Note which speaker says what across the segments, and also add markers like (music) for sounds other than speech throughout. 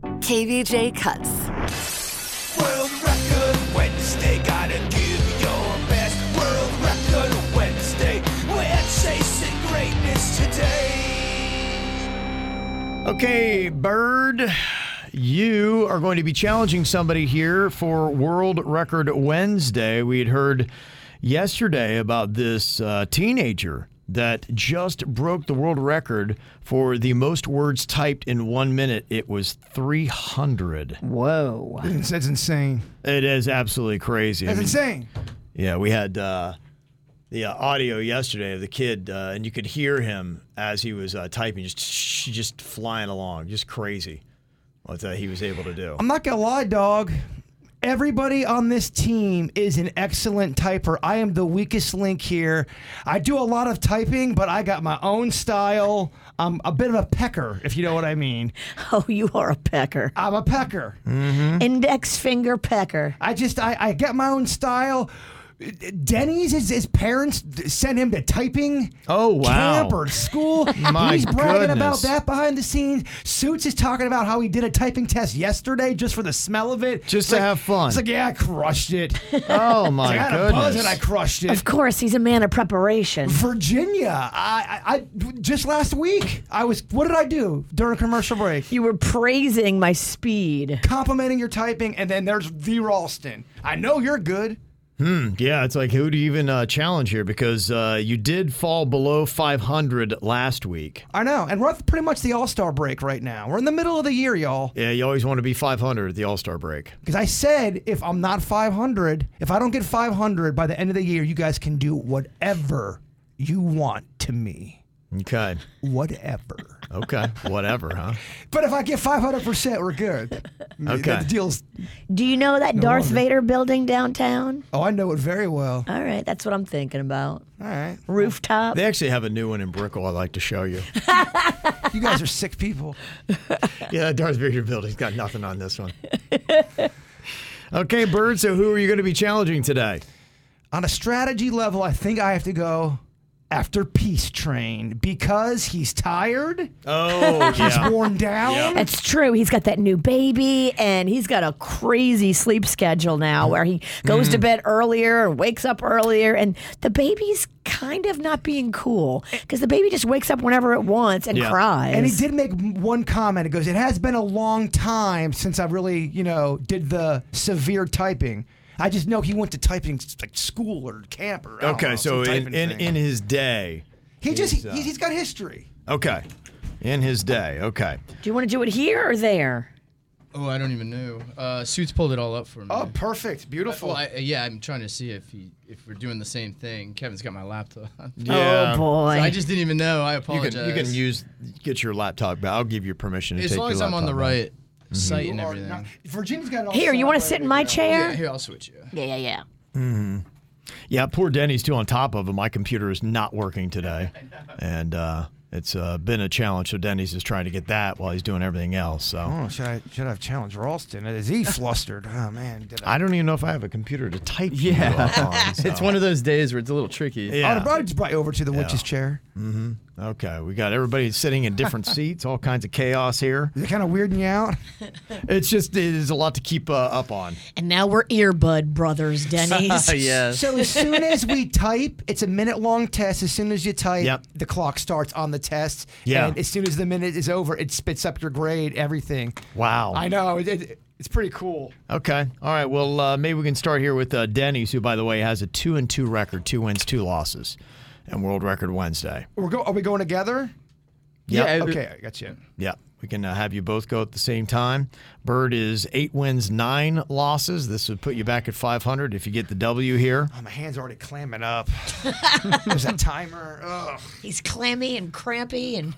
Speaker 1: KVJ Cuts.
Speaker 2: World Record Wednesday, gotta give your best. World Record Wednesday, we're chasing greatness today.
Speaker 3: Okay, Bird, you are going to be challenging somebody here for World Record Wednesday. We had heard yesterday about this uh, teenager that just broke the world record for the most words typed in one minute. It was 300.
Speaker 4: Whoa.
Speaker 5: That's insane.
Speaker 3: It is absolutely crazy. I
Speaker 5: That's
Speaker 3: mean,
Speaker 5: insane.
Speaker 3: yeah, we had uh, the uh, audio yesterday of the kid, uh, and you could hear him as he was uh, typing, just just flying along, just crazy. What uh, he was able to do.
Speaker 5: I'm not gonna lie, dog. Everybody on this team is an excellent typer. I am the weakest link here. I do a lot of typing, but I got my own style. I'm a bit of a pecker, if you know what I mean.
Speaker 4: (laughs) Oh, you are a pecker.
Speaker 5: I'm a pecker.
Speaker 4: Index finger pecker.
Speaker 5: I just I, I get my own style. Denny's his, his parents sent him to typing
Speaker 3: Oh, wow.
Speaker 5: camp or school.
Speaker 3: (laughs) My
Speaker 5: He's bragging about
Speaker 3: goodness.
Speaker 5: that behind the scenes. Suits is talking about how he did a typing test yesterday just for the smell of it.
Speaker 3: Just
Speaker 5: It's
Speaker 3: to have fun.
Speaker 5: It's like yeah, I crushed it.
Speaker 3: Oh
Speaker 5: I
Speaker 3: my
Speaker 5: got a buzz and I crushed it.
Speaker 4: Of course, he's a man of preparation.
Speaker 5: Virginia, I, I, I just last week I was. What did I do during commercial break?
Speaker 4: (laughs) You were praising my speed.
Speaker 5: Complimenting your typing, and then there's the Ralston. I know you're good.
Speaker 3: Yeah, it's like who do you even uh, challenge here? Because uh, you did fall below 500 last week.
Speaker 5: I know, and we're at pretty much the All Star break right now. We're in the middle of the year, y'all.
Speaker 3: Yeah, you always want to be 500 at the All Star break.
Speaker 5: Because I said if I'm not 500, if I don't get 500 by the end of the year, you guys can do whatever you want to me,
Speaker 3: Okay.
Speaker 5: whatever.
Speaker 3: Okay. Whatever, huh?
Speaker 5: but if I get 500, percent we're good.
Speaker 3: (laughs) Okay.
Speaker 5: the deal's.
Speaker 4: Do you know that Darth
Speaker 5: wonder.
Speaker 4: Vader building downtown?
Speaker 5: Oh, I know it very well.
Speaker 4: All right, that's what I'm thinking about.
Speaker 5: All right,
Speaker 4: Rooftop.
Speaker 3: They actually have a new one in Brickell I'd like to show you.
Speaker 5: you guys are sick people.
Speaker 3: Yeah, Darth Vader building's got nothing on this one. (laughs) okay, Bird, so who are you going to be challenging today?
Speaker 5: on a strategy level, I think I have to go after Peace Train because he's tired,
Speaker 3: (laughs) Oh, (laughs) yeah.
Speaker 5: worn down.
Speaker 4: That's true. He's got that new baby, and he's got a crazy sleep schedule now where he goes to bed earlier and wakes up earlier. And the baby's kind of not being cool because the baby just wakes up whenever it wants and
Speaker 3: Yeah.
Speaker 4: cries.
Speaker 5: And he did make m- one comment. It goes, It has been a long time since I really, you know, did the severe typing. I just know he went to typing s- like school or camp or I don't know,
Speaker 3: Okay,
Speaker 5: Oh, some
Speaker 3: so in,
Speaker 5: typing
Speaker 3: in,
Speaker 5: thing.
Speaker 3: in his day.
Speaker 5: he just
Speaker 3: he's, uh,
Speaker 5: he's, he's got history.
Speaker 3: Okay. In his day. Okay.
Speaker 4: Do you want to do it here or there?
Speaker 6: Oh, I don't even know. Uh, Suits pulled it all up for me.
Speaker 5: Oh, perfect, beautiful.
Speaker 6: Well, I, uh, yeah, I'm trying to see if he, if we're doing the same thing. Kevin's got my laptop. (laughs)
Speaker 3: Yeah.
Speaker 4: Oh boy!
Speaker 6: I just didn't even know. I
Speaker 3: You
Speaker 6: apologize.
Speaker 3: can, you can use get your laptop back. I'll give you permission to
Speaker 6: as
Speaker 3: take
Speaker 6: long
Speaker 3: your
Speaker 6: as I'm on the
Speaker 3: laptop back. Mm-hmm.
Speaker 6: right site
Speaker 5: You
Speaker 6: and
Speaker 5: are
Speaker 6: everything.
Speaker 5: not- Virginia's got it all
Speaker 4: here, you want to
Speaker 5: set
Speaker 4: sit in
Speaker 5: right
Speaker 4: my
Speaker 5: now.
Speaker 6: Yeah,
Speaker 4: chair?
Speaker 6: here I'll switch you.
Speaker 4: Yeah, yeah, yeah.
Speaker 3: Yeah, poor Denny's too. On top of him, my computer is not
Speaker 6: (laughs)
Speaker 3: working today, and uh, it's uh, been a challenge. So Denny's is trying to get that while he's doing everything else. So
Speaker 5: Oh, should I should I have challenged Ralston? Is he flustered? Oh man, did I?
Speaker 3: I don't even know if I have a computer to type. you up on,
Speaker 5: (laughs)
Speaker 3: so.
Speaker 6: it's one of those days where it's a little tricky.
Speaker 5: I
Speaker 3: Yeah.
Speaker 5: would have brought you over to the witch's chair.
Speaker 3: Okay, we got everybody sitting in
Speaker 5: (laughs)
Speaker 3: different seats. All kinds of chaos here.
Speaker 5: Is it kind of weirding you out?
Speaker 3: It's just it is a lot to keep uh, up on.
Speaker 4: And now we're earbud brothers,
Speaker 3: (laughs)
Speaker 4: Denny's.
Speaker 6: yes.
Speaker 5: So as soon as we type, it's a minute long test. As soon as you type,
Speaker 3: Yep.
Speaker 5: the clock starts on the test.
Speaker 3: Yeah.
Speaker 5: And as soon as the minute is over, it spits up your grade, everything.
Speaker 3: Wow.
Speaker 5: I know. It, it- it's pretty cool.
Speaker 3: Okay. All right. Well, uh, maybe we can start here with uh, Denny's, who, by the way, has a two and two record, two wins, two losses, and world record Wednesday.
Speaker 5: We're go- are we going together?
Speaker 6: Yeah.
Speaker 5: Okay, I got you.
Speaker 3: Yeah. We can uh, have you both go at the same time. Bird is eight wins, nine losses. This would put you back at 500 if you get the W here.
Speaker 5: Oh, my hand's already clamming up. (laughs) There's that timer. Ugh.
Speaker 4: He's clammy and crampy, and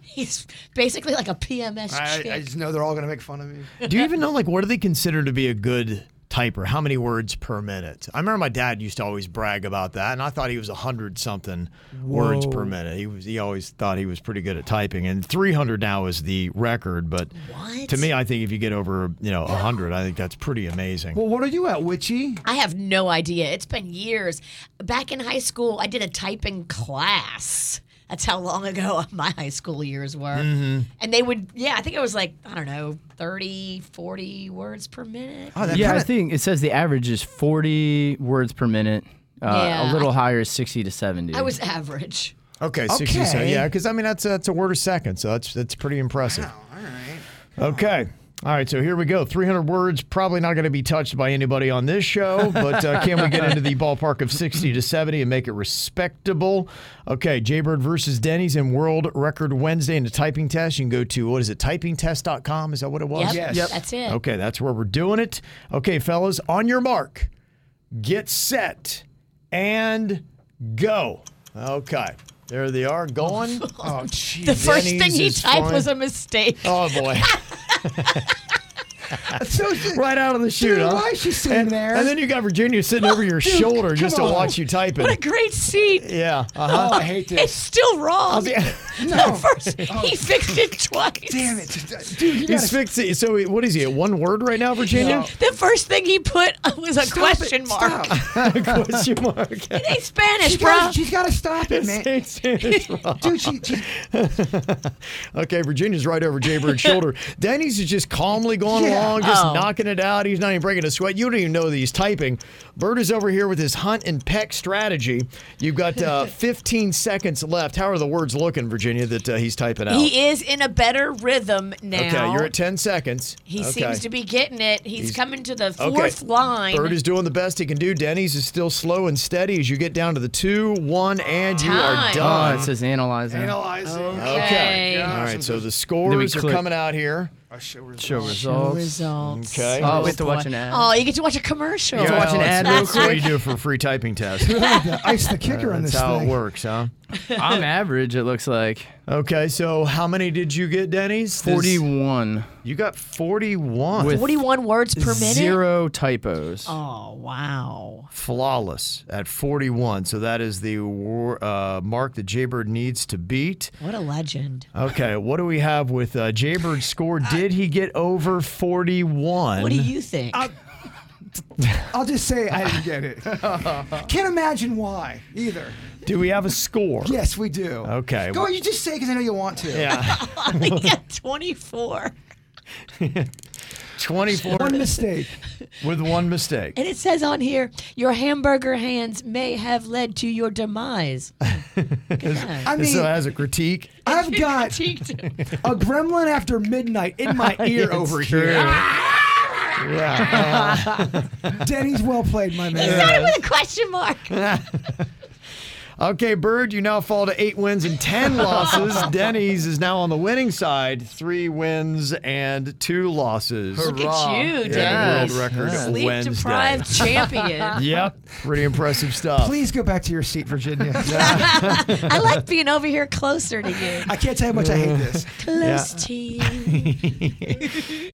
Speaker 4: he's basically like a PMS
Speaker 5: I,
Speaker 4: chick.
Speaker 5: I just know they're all gonna make fun of me.
Speaker 3: Do you even know like what do they consider to be a good typer? How many words per minute? I remember my dad used to always brag about that, and I thought he was hundred something words per minute. He was he always thought he was pretty good at typing, and three hundred now is the record. But
Speaker 4: What?
Speaker 3: to me, I think if you get over you know hundred, I think that's pretty amazing.
Speaker 5: Well, what are you at, Witchy?
Speaker 4: I have no idea. It's been years. Back in high school, I did a typing class. That's how long ago (laughs) my high school years were.
Speaker 3: Mm-hmm.
Speaker 4: And they would, yeah, I think it was like, I don't know, 30, 40 words per minute.
Speaker 5: Oh, that
Speaker 7: Yeah, I
Speaker 5: kinda-
Speaker 7: think it says the average is 40 words per minute. Uh,
Speaker 4: Yeah,
Speaker 7: a little higher is 60 to 70.
Speaker 4: I was average.
Speaker 3: okay, sixty seconds.
Speaker 5: Okay.
Speaker 3: Yeah, because I mean that's that's a word a second, so that's that's pretty impressive. Okay. All right, so here we go. 300 words, probably not going to be touched by anybody on this show, but uh, can we get into the ballpark of 60 to 70 and make it respectable? Okay, Jaybird versus Denny's in World Record Wednesday in the typing test. You can go to, what is it, typingtest.com? Is that what it was?
Speaker 4: Yep,
Speaker 5: Yes.
Speaker 4: yep. That's it.
Speaker 3: Okay, that's where we're doing it. Okay, fellas, on your mark, get set and go. Okay, there they are going.
Speaker 5: (laughs) Oh, jeez.
Speaker 4: The first
Speaker 3: Denny's
Speaker 4: thing he
Speaker 3: is
Speaker 4: typed
Speaker 3: fine.
Speaker 5: (laughs)
Speaker 4: was a mistake.
Speaker 3: Oh,
Speaker 4: (laughs)
Speaker 3: boy.
Speaker 5: So she-
Speaker 3: right out of the chute.
Speaker 5: Dude,
Speaker 3: huh?
Speaker 5: why is she sitting
Speaker 3: and,
Speaker 5: there?
Speaker 3: And then you got Virginia sitting over
Speaker 5: (laughs)
Speaker 3: your shoulder just to
Speaker 5: on.
Speaker 3: watch you type
Speaker 4: What a
Speaker 3: it.
Speaker 4: great seat.
Speaker 3: Yeah.
Speaker 5: (laughs) oh,
Speaker 3: Uh-huh.
Speaker 5: I hate
Speaker 4: It's
Speaker 5: this.
Speaker 4: still wrong.
Speaker 5: No.
Speaker 4: First,
Speaker 3: Oh.
Speaker 4: he fixed it twice.
Speaker 5: Damn it, dude!
Speaker 3: (laughs)
Speaker 5: You
Speaker 3: He's
Speaker 5: gotta
Speaker 3: fixing. So he- what is he at one word right now, Virginia?
Speaker 4: The first thing he put (laughs) was a
Speaker 5: stop it.
Speaker 4: question mark.
Speaker 5: Stop.
Speaker 3: (laughs) Question mark.
Speaker 5: (laughs)
Speaker 4: (laughs) It ain't Spanish,
Speaker 5: She
Speaker 4: bro.
Speaker 5: gotta, she's got to stop it,
Speaker 3: (laughs)
Speaker 5: man. Dude, she, she,
Speaker 3: okay, Virginia's right over Jaybird's
Speaker 4: (laughs)
Speaker 3: shoulder. Denny's is just calmly going
Speaker 5: Yeah.
Speaker 3: along, just
Speaker 4: Oh.
Speaker 3: knocking it out. He's not even breaking a sweat. You don't even know that he's typing. Bird is over here with his hunt and peck strategy. You've got
Speaker 4: (laughs)
Speaker 3: uh, 15 seconds left. How are the words looking, Virginia, that uh, he's typing out?
Speaker 4: He is in a better rhythm now.
Speaker 3: Okay, you're at 10 seconds.
Speaker 4: He
Speaker 3: okay.
Speaker 4: seems to be getting it. He's,
Speaker 3: He's-
Speaker 4: coming to the
Speaker 3: Okay.
Speaker 4: fourth line.
Speaker 3: Bird is doing the best he can do. Denny's is still slow and steady as you get down to the two, one, and you are
Speaker 4: Time.
Speaker 7: Oh, it
Speaker 3: done.
Speaker 7: says analyzing.
Speaker 5: analyzing.
Speaker 4: Okay.
Speaker 3: All right, so the
Speaker 7: Then we
Speaker 3: scores are
Speaker 7: click.
Speaker 3: coming out here.
Speaker 7: Show results.
Speaker 4: Results.
Speaker 3: Okay.
Speaker 7: Oh, we have to watch an ad.
Speaker 4: Oh, you get to watch a commercial.
Speaker 7: Yeah. watch an ad real
Speaker 3: That's what you do for a free typing test.
Speaker 5: Ice the kicker on
Speaker 3: That's
Speaker 5: this
Speaker 3: how it
Speaker 5: thing.
Speaker 3: works, huh?
Speaker 4: (laughs)
Speaker 7: I'm average, it looks like.
Speaker 3: Okay, so how many did you get, Denny's? This-
Speaker 7: 41
Speaker 3: You got 41.
Speaker 7: with
Speaker 4: 41 words per minute.
Speaker 7: zero typos.
Speaker 4: Oh, wow.
Speaker 3: flawless at 41. So that is the war, uh, mark that Jaybird needs to beat.
Speaker 4: What a legend.
Speaker 3: Okay, what do we have with uh, Jaybird's score? Did he get over 41?
Speaker 4: What do you think?
Speaker 5: I'll just say I (laughs)
Speaker 3: (laughs)
Speaker 5: didn't get it. Can't imagine why either.
Speaker 3: Do we have a score?
Speaker 5: Yes, we do.
Speaker 3: Okay.
Speaker 5: Go. You just say because I know you want to.
Speaker 3: (laughs) Yeah.
Speaker 4: He (laughs) got 24.
Speaker 3: 24
Speaker 5: One mistake.
Speaker 3: with one mistake.
Speaker 4: And it says on here, your hamburger hands may have led to your
Speaker 3: (laughs)
Speaker 4: demise. Look at that.
Speaker 5: I mean,
Speaker 3: so as a critique,
Speaker 5: I've
Speaker 4: (laughs)
Speaker 5: got a gremlin after midnight
Speaker 3: (laughs)
Speaker 5: in my ear over here.
Speaker 3: yeah.
Speaker 5: Denny's well played, my man.
Speaker 4: Started with a question mark.
Speaker 3: Okay, Bird, you now fall to eight wins and 10 losses. Denny's is now on the winning side, three wins and two losses.
Speaker 4: Look at you, Dennis.
Speaker 3: Yeah, world record
Speaker 4: uh, Sleep
Speaker 3: Wednesday. (laughs)
Speaker 4: deprived champion.
Speaker 3: Yep, pretty impressive stuff.
Speaker 5: Please go back to your seat, Virginia. (laughs)
Speaker 4: I like being over here closer to you.
Speaker 5: I can't tell you how much I hate this.
Speaker 4: Close to you.